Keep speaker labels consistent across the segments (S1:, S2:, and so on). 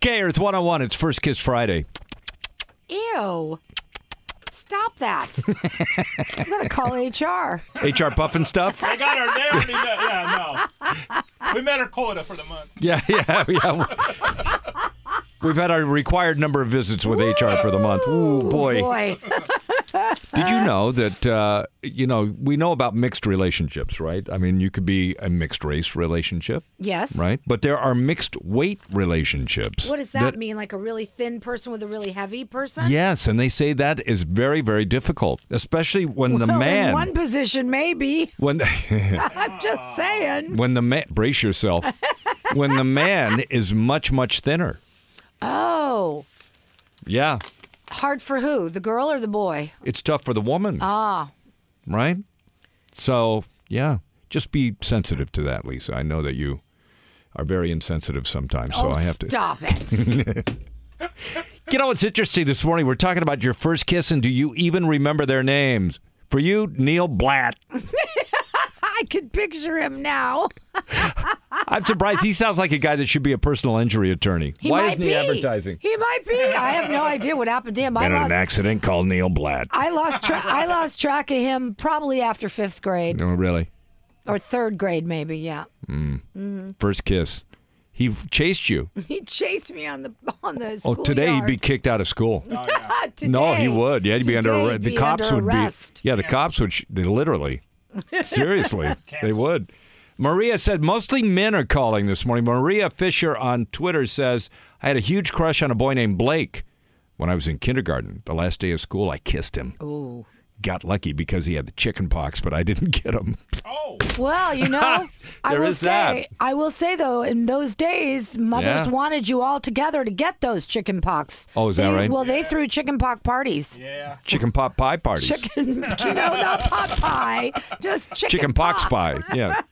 S1: Gay Earth 101, it's First Kiss Friday.
S2: Ew. Stop that. I'm going to call HR.
S1: HR Puffin stuff?
S3: They got her. They already know. Yeah, no. We met our quota for the month.
S1: Yeah, yeah, yeah. We've had our required number of visits with HR for the month. Ooh, boy.
S2: Oh, Boy.
S1: Did you know that, uh, you know, we know about mixed relationships, right? I mean, you could be a mixed race relationship,
S2: Yes.
S1: right? But there are mixed weight relationships.
S2: What does that, mean? Like a really thin person with a really heavy person?
S1: Yes, and they say that is very, very difficult, especially when the
S2: Well, Oh, in
S1: man.
S2: one position, maybe.
S1: when
S2: I'm
S1: Ah.
S2: just saying.
S1: when the man brace yourself when the man is much much thinner
S2: Oh.
S1: yeah
S2: Hard for who? The girl or the boy?
S1: it's tough for the woman
S2: Oh.
S1: ah right so yeah just be sensitive to that lisa i know that you are very insensitive sometimes so
S2: oh,
S1: i have to
S2: stop it.
S1: you know what's interesting this morning we're talking about your first kiss and do you even remember their names for you neil blatt
S2: I can picture him now.
S1: i'm surprised he sounds like a guy that should be a personal injury attorney
S2: He
S1: why
S2: might
S1: isn't
S2: be.
S1: he advertising
S2: He might be. I have no idea what happened to him. I
S1: in an
S2: lost,
S1: accident called neil blatt
S2: I lost tra- I lost track of him probably after fifth grade
S1: no really
S2: or third grade, maybe. Yeah,
S1: first kiss. He chased you.
S2: he chased me on the on the Ah,
S1: Oh,
S2: school.
S1: today he'd be kicked out of school. no, he would. Yeah, he'd be under arrest. The cops would be. Yeah, the cops would. Sh- they literally, seriously, they would. Maria said mostly men are calling this morning. Maria Fisher on Twitter says, "I had a huge crush on a boy named Blake when I was in kindergarten. The last day of school, I kissed him.
S2: Ooh.
S1: Got lucky because he had the chicken pox, but I didn't get him.
S3: Oh,
S2: Well, you know, I
S1: There
S2: will
S1: is
S2: say,
S1: that.
S2: I will say though, in those days, mothers
S1: Yeah.
S2: wanted you all together to get those chicken pox.
S1: Oh, is that
S2: They-
S1: right?
S2: Well, they threw chicken pox parties.
S3: yeah.
S1: Chicken pot pie parties.
S2: Chicken, you know, not pot pie, just chicken,
S1: chicken pox pie. Yeah.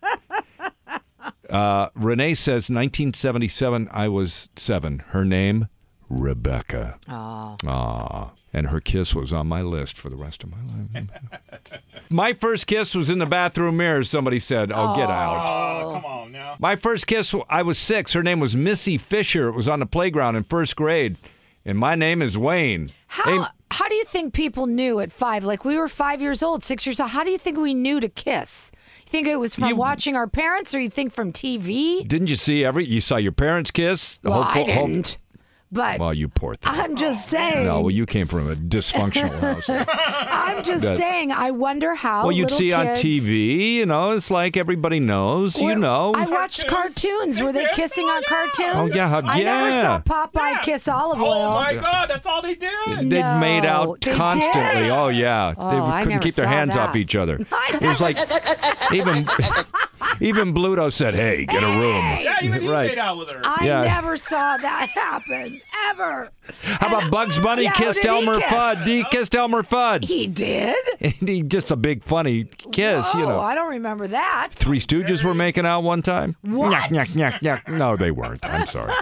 S1: Uh, Renee says 1977. I was seven. Her name Rebecca. Aww. And her kiss was on my list for the rest of my life. my first kiss was in the bathroom mirror. Somebody said, "Oh, get out."
S3: Oh, come on now.
S1: My first kiss. I was six. Her name was Missy Fisher. It was on the playground in first grade, and my name is Wayne.
S2: How
S1: Hey,
S2: how do you think people knew at five? Like we were five years old, six years old. How do you think we knew to kiss? You think it was from
S1: You-
S2: watching our parents, or you think from TV?
S1: didn't you see every? You saw your parents kiss.
S2: Well, I
S1: Hopeful- hope-
S2: didn't. But
S1: well, you poor thing.
S2: I'm just saying.
S1: No, well, you came from a dysfunctional household.
S2: I'm just
S1: that-
S2: saying. I wonder how.
S1: well, you'd
S2: little
S1: see on
S2: kids-
S1: TV, you know, it's like everybody knows, you
S2: Where-
S1: know.
S2: I watched cartoons. Were they kissing on cartoons?
S1: Oh, yeah, how-
S2: I never
S1: yeah.
S2: saw Popeye kiss olive oil.
S3: Oh my God, that's all they did.
S1: They'd made
S2: No,
S1: out
S2: they
S1: constantly.
S2: did.
S1: Oh yeah,
S2: Oh,
S1: they
S2: I
S1: couldn't
S2: never
S1: keep their
S2: saw
S1: hands off
S2: that.
S1: each other.
S2: I
S1: It was like even even Bluto said, "Hey, get a room."
S3: Yeah, even he
S1: Right.
S3: made out with her.
S2: I
S1: Yeah.
S2: never saw that happen ever.
S1: How about Bugs Bunny
S2: Yeah,
S1: kissed
S2: did he
S1: Elmer
S2: kiss?
S1: Fudd? He kissed Elmer Fudd.
S2: He did.
S1: And he just a big funny kiss, you
S2: Oh,
S1: know.
S2: I don't remember that.
S1: Three Stooges were making out one time. What? No, they weren't. I'm sorry.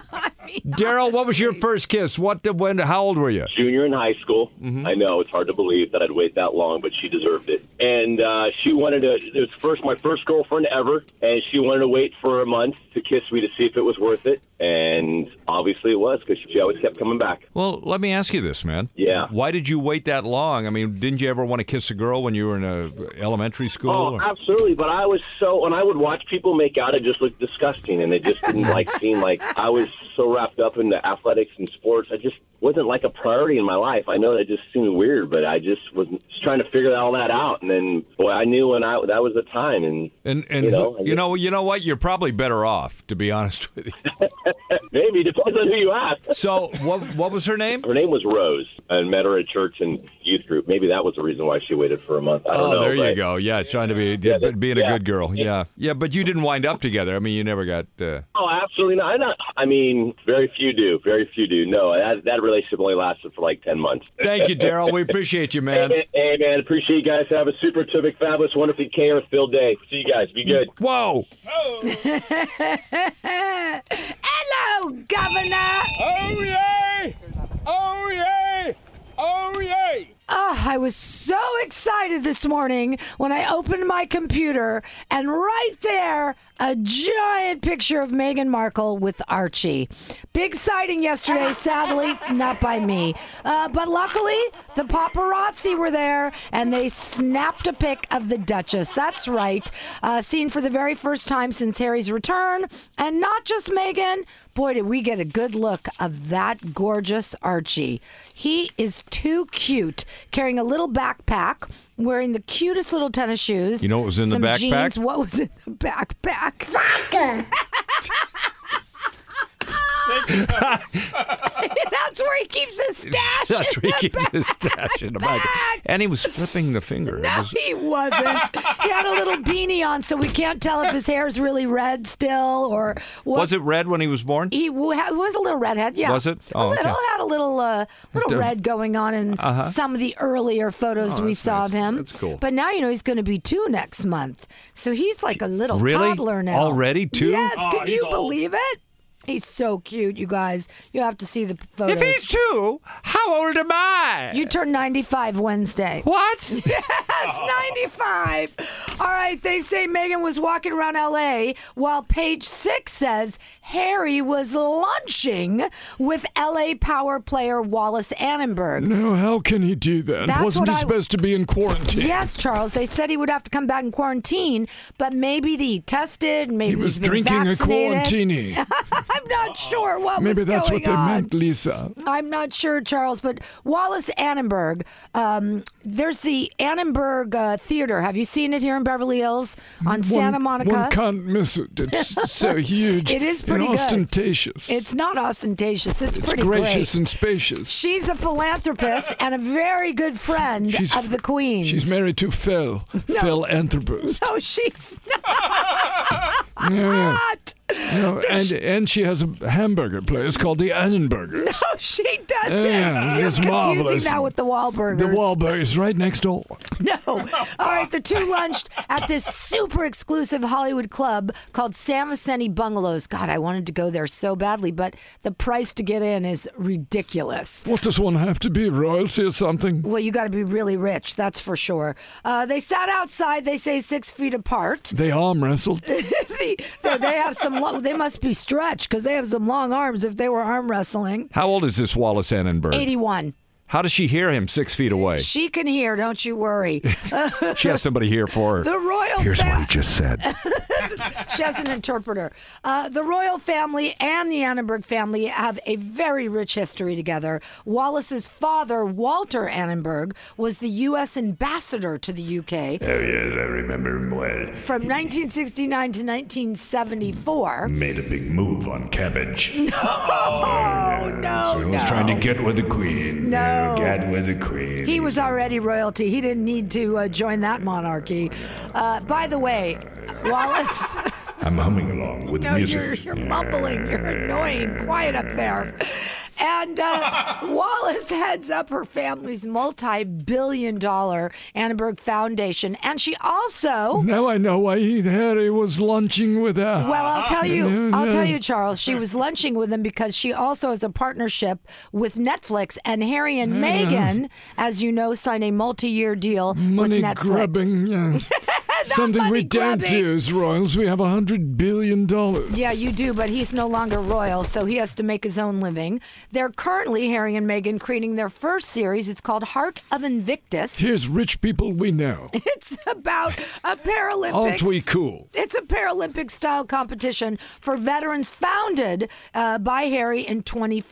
S1: Daryl, what was your first kiss? What? When? How old were you?
S4: junior in high school. I know it's hard to believe that I'd wait that long, but she deserved it. And uh, she wanted to. It was first my first girlfriend ever, and she wanted to wait for a month to kiss me to see if it was worth it. And obviously, it was because she always kept coming back.
S1: Well, let me ask you this, man.
S4: Yeah.
S1: Why did you wait that long? I mean, didn't you ever want to kiss a girl when you were in a elementary school?
S4: Oh,
S1: or-
S4: absolutely! But I was so, and I would watch people make out. It just looked disgusting, and it just didn't like seem like I was so wrapped up into athletics and sports. I just wasn't like a priority in my life. I know that just seemed weird, but I just was just trying to figure all that out. And then, boy, I knew when I that was the time. And
S1: and and
S4: you know, I
S1: you know you know what? You're probably better off, to be honest with you.
S4: maybe depends on who you ask.
S1: So, what what was her name?
S4: Her name was Rose, and met her at church and youth group. Maybe that was the reason why she waited for a month. I don't
S1: Oh,
S4: know.
S1: there you
S4: but-
S1: go. Yeah, trying to be
S4: Yeah,
S1: being a
S4: yeah.
S1: good girl. Yeah, yeah, but you didn't wind up together. I mean, you never got. Uh,
S4: Oh, absolutely not. I not. I mean, very few do. Very few do. No, that that relationship only lasted for like ten months.
S1: thank you, Daryl. We appreciate you, man.
S4: Hey, man, hey, man, appreciate you guys. Have a super terrific, fabulous, wonderful, care filled day. See you guys. Be good.
S1: Whoa!
S3: Oh,
S2: Hello, Governor.
S3: oh yay! Oh yay! Oh yay!
S2: Oh, I was so excited this morning when I opened my computer, and right there a giant picture of Meghan Markle with Archie. Big sighting yesterday, sadly, not by me. Uh, but luckily, the paparazzi were there and they snapped a pic of the Duchess. That's right. Uh, seen for the very first time since Harry's return. And not just Meghan. Boy, did we get a good look of that gorgeous Archie. He is too cute, carrying a little backpack, wearing the cutest little tennis shoes.
S1: You know what was in the
S2: some
S1: backpack?
S2: Jeans. What was in the backpack? That's where he keeps his stash.
S1: That's
S2: in
S1: where he
S2: the
S1: keeps his stash in the back.
S2: back.
S1: And he was flipping the finger. It
S2: No,
S1: was-
S2: he wasn't. He had a little beanie on, so we can't tell if his hair's really red still or what.
S1: was it red when he was born?
S2: He wa- ha- was a little redhead. Yeah,
S1: Was it?
S2: a
S1: Oh,
S2: little
S1: okay.
S2: had a little uh, little
S1: Don't-
S2: red going on in some of the earlier photos
S1: Oh,
S2: we
S1: that's
S2: saw of
S1: nice.
S2: him.
S1: That's cool.
S2: But now you know he's going to be two next month, so he's like a little
S1: Really?
S2: toddler now.
S1: Already two?
S2: Yes,
S3: Aw,
S2: can
S3: Oh, he's
S2: you
S3: old.
S2: believe it? He's so cute, you guys. You have to see the photos.
S1: two, how old am I?
S2: you turn 95 Wednesday.
S1: what?
S2: Yes, 95. All right, they say Megan was walking around LA while page six says Harry was lunching with LA power player Wallace Annenberg.
S1: no, how can he do that?
S2: That's Wasn't what he I- supposed
S1: to be in quarantine?
S2: Yes, Charles. They said he would have to come back in quarantine, but maybe he tested. Maybe he's been vaccinated. I'm not sure Oh. what was going on.
S1: Lisa.
S2: I'm not sure, Charles, but Wallace Annenberg. Um, there's the Annenberg uh, Theater. Have you seen it here in Beverly Hills on Santa Monica?
S1: can't miss it. It's so huge.
S2: It is and pretty good.
S1: ostentatious.
S2: It's not ostentatious. It's, pretty great.
S1: and spacious.
S2: She's a philanthropist and a very good friend
S1: She's-
S2: of the Queen.
S1: married to Phil. Phil Anthropos.
S2: No, she's
S1: Yeah, yeah.
S2: not.
S1: No, and and she has a hamburger place called the Annenberger.
S2: No, she doesn't.
S1: Yeah,
S2: You're
S1: it's
S2: confusing
S1: marvelous.
S2: that with the Wahlburgers.
S1: The Wahlburger is right next door.
S2: No. All right, the two lunched at this super exclusive Hollywood club called San Vicente Bungalows. God, I wanted to go there so badly, but the price to get in is ridiculous.
S1: What does one have to be, royalty or something?
S2: Well, you got to be really rich, that's for sure. Uh, they sat outside, they say six feet apart.
S1: They arm wrestled.
S2: The- they they have some, lo- they must be stretched because they have some long arms if they were arm wrestling.
S1: How old is this Wallace Annenberg?
S2: 81.
S1: How does she hear him six feet away?
S2: She can hear, don't you worry.
S1: She has somebody here for her.
S2: The royal
S1: Here's
S2: fa-
S1: what he just said.
S2: She has an interpreter. Uh, the royal family and the Annenberg family have a very rich history together. Wallace's father, Walter Annenberg, was the U.S. ambassador to the UK
S5: Oh, yes, I remember him well.
S2: from 1969 to 1974.
S5: Made a big move on cabbage. No,
S2: Oh, no,
S5: was
S2: no.
S5: trying to get with the queen.
S2: No.
S5: Get with the queen.
S2: He was already royalty. He didn't need to uh, join that monarchy. Uh, by the way, Wallace.
S5: I'm humming along with
S2: No, you're,
S5: music.
S2: you're mumbling. You're annoying. Quiet up there. And uh, Wallace heads up her family's multi billion dollar Annenberg Foundation. And she also.
S1: Now I know why he, Harry was lunching with her.
S2: Well, I'll tell you,
S1: No,
S2: I'll tell
S1: no.
S2: you, Charles. She was lunching with him because she also has a partnership with Netflix, and Harry and Meghan, as you know, signed a multi-year deal
S1: money
S2: with Netflix.
S1: grubbing, yes. Something we
S2: money
S1: don't
S2: grubbing.
S1: do as royals. We have a hundred billion dollars.
S2: Yeah, you do, but he's no longer royal, so he has to make his own living. They're currently, Harry and Meghan, creating their first series. It's called Heart of Invictus.
S1: Here's rich people we know.
S2: It's about a Paralympics.
S1: Aren't we cool?
S2: It's a Paralympic style competition for veterans founded uh, by Harry in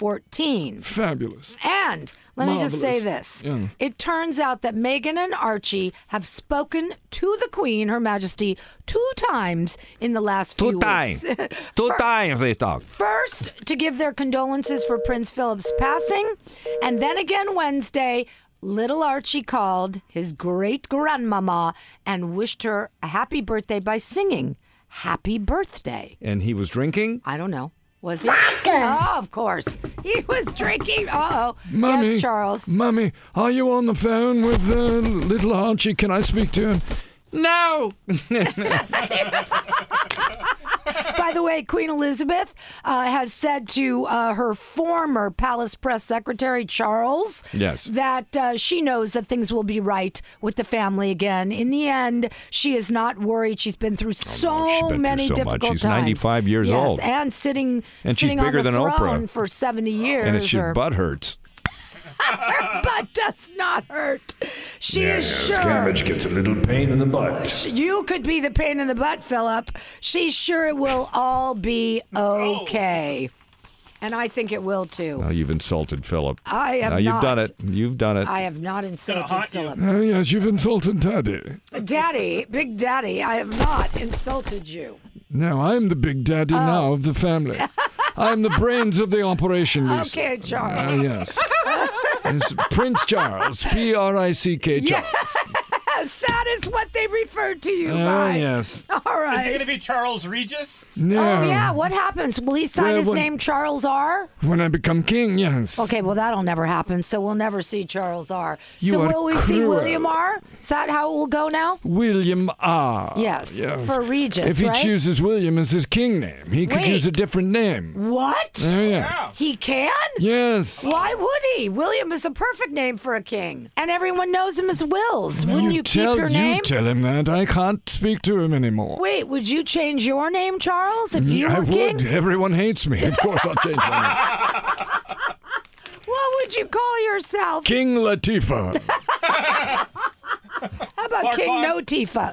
S2: 2014.
S1: Fabulous.
S2: And let me just say this. It turns out that Meghan and Archie have spoken to the Queen, Her Majesty, two times in the last few weeks.
S1: Two times they talk.
S2: First, to give their condolences for Prince Philip's passing. And then again Wednesday, little Archie called his great grandmama and wished her a happy birthday by singing Happy Birthday.
S1: And he was drinking?
S2: I don't know. Was he? Oh, of course. He was drinking. Uh oh.
S1: Mummy,
S2: Yes, Charles.
S1: Mummy, are you on the phone with uh, little Archie? Can I speak to him? No.
S2: By by the way, Queen Elizabeth uh, has said to uh, her former palace press secretary, Charles,
S1: Yes.
S2: that uh, she knows that things will be right with the family again. In the end, she is not worried. She's been through so
S1: Oh, she's been through
S2: many
S1: so much.
S2: difficult
S1: She's
S2: times.
S1: 95 years
S2: yes,
S1: old.
S2: And sitting,
S1: And she's
S2: sitting
S1: bigger
S2: on the
S1: than Oprah.
S2: throne for 70 years.
S1: and it's your
S2: or-
S1: butt hurts.
S2: her butt does not hurt. She is
S5: Yes,
S2: sure.
S5: cabbage gets a little pain in the butt.
S2: You could be the pain in the butt, Philip. She's sure it will all be okay. And I think it will too.
S1: Now you've insulted Philip.
S2: I have
S1: Now you've
S2: not.
S1: done it. You've done it.
S2: I have not insulted
S3: haunt you.
S2: Philip.
S5: Oh, yes, you've insulted Daddy.
S2: Daddy, Big Daddy, I have not insulted you.
S5: Now I'm the big daddy
S2: Oh.
S5: now of the family. I'm the brains of the operation, Lisa.
S2: Okay,
S5: Ah,
S2: Charles.
S5: yes. It's Prince Charles, P R I C K Charles.
S2: Yes, that is what they referred to you
S5: Ah,
S2: by.
S5: yes.
S2: All
S3: Is it
S2: right.
S3: going to be Charles Regis?
S5: No.
S2: Oh, yeah. What happens? Will he sign
S5: Well,
S2: his
S5: when-
S2: name Charles R?
S5: When I become king, yes.
S2: Okay, well, that'll never happen. So we'll never see Charles R.
S5: You
S2: so
S5: are
S2: will we see
S5: cruel.
S2: William R? Is that how it will go now?
S5: William R.
S2: Yes, for Regis,
S5: Oh, If he
S2: right?
S5: chooses William as his king name, he could
S2: Wait.
S5: use a different name.
S2: What?
S5: Oh, yeah.
S3: Yeah.
S2: He can?
S5: Yes.
S2: Why would he? William is a perfect name for a king, and everyone knows him as Wills. Wouldn't you,
S5: tell
S2: keep your
S5: you
S2: name?
S5: tell him that I can't speak to him anymore.
S2: Wait, would you change your name, Charles, if you
S5: Mm, I
S2: were king?
S5: would. Everyone hates me. Of course, I'll change my name.
S2: What would you call yourself?
S5: King Latifah.
S2: How about
S3: Clark
S2: King
S3: Farr.
S2: No Tifa?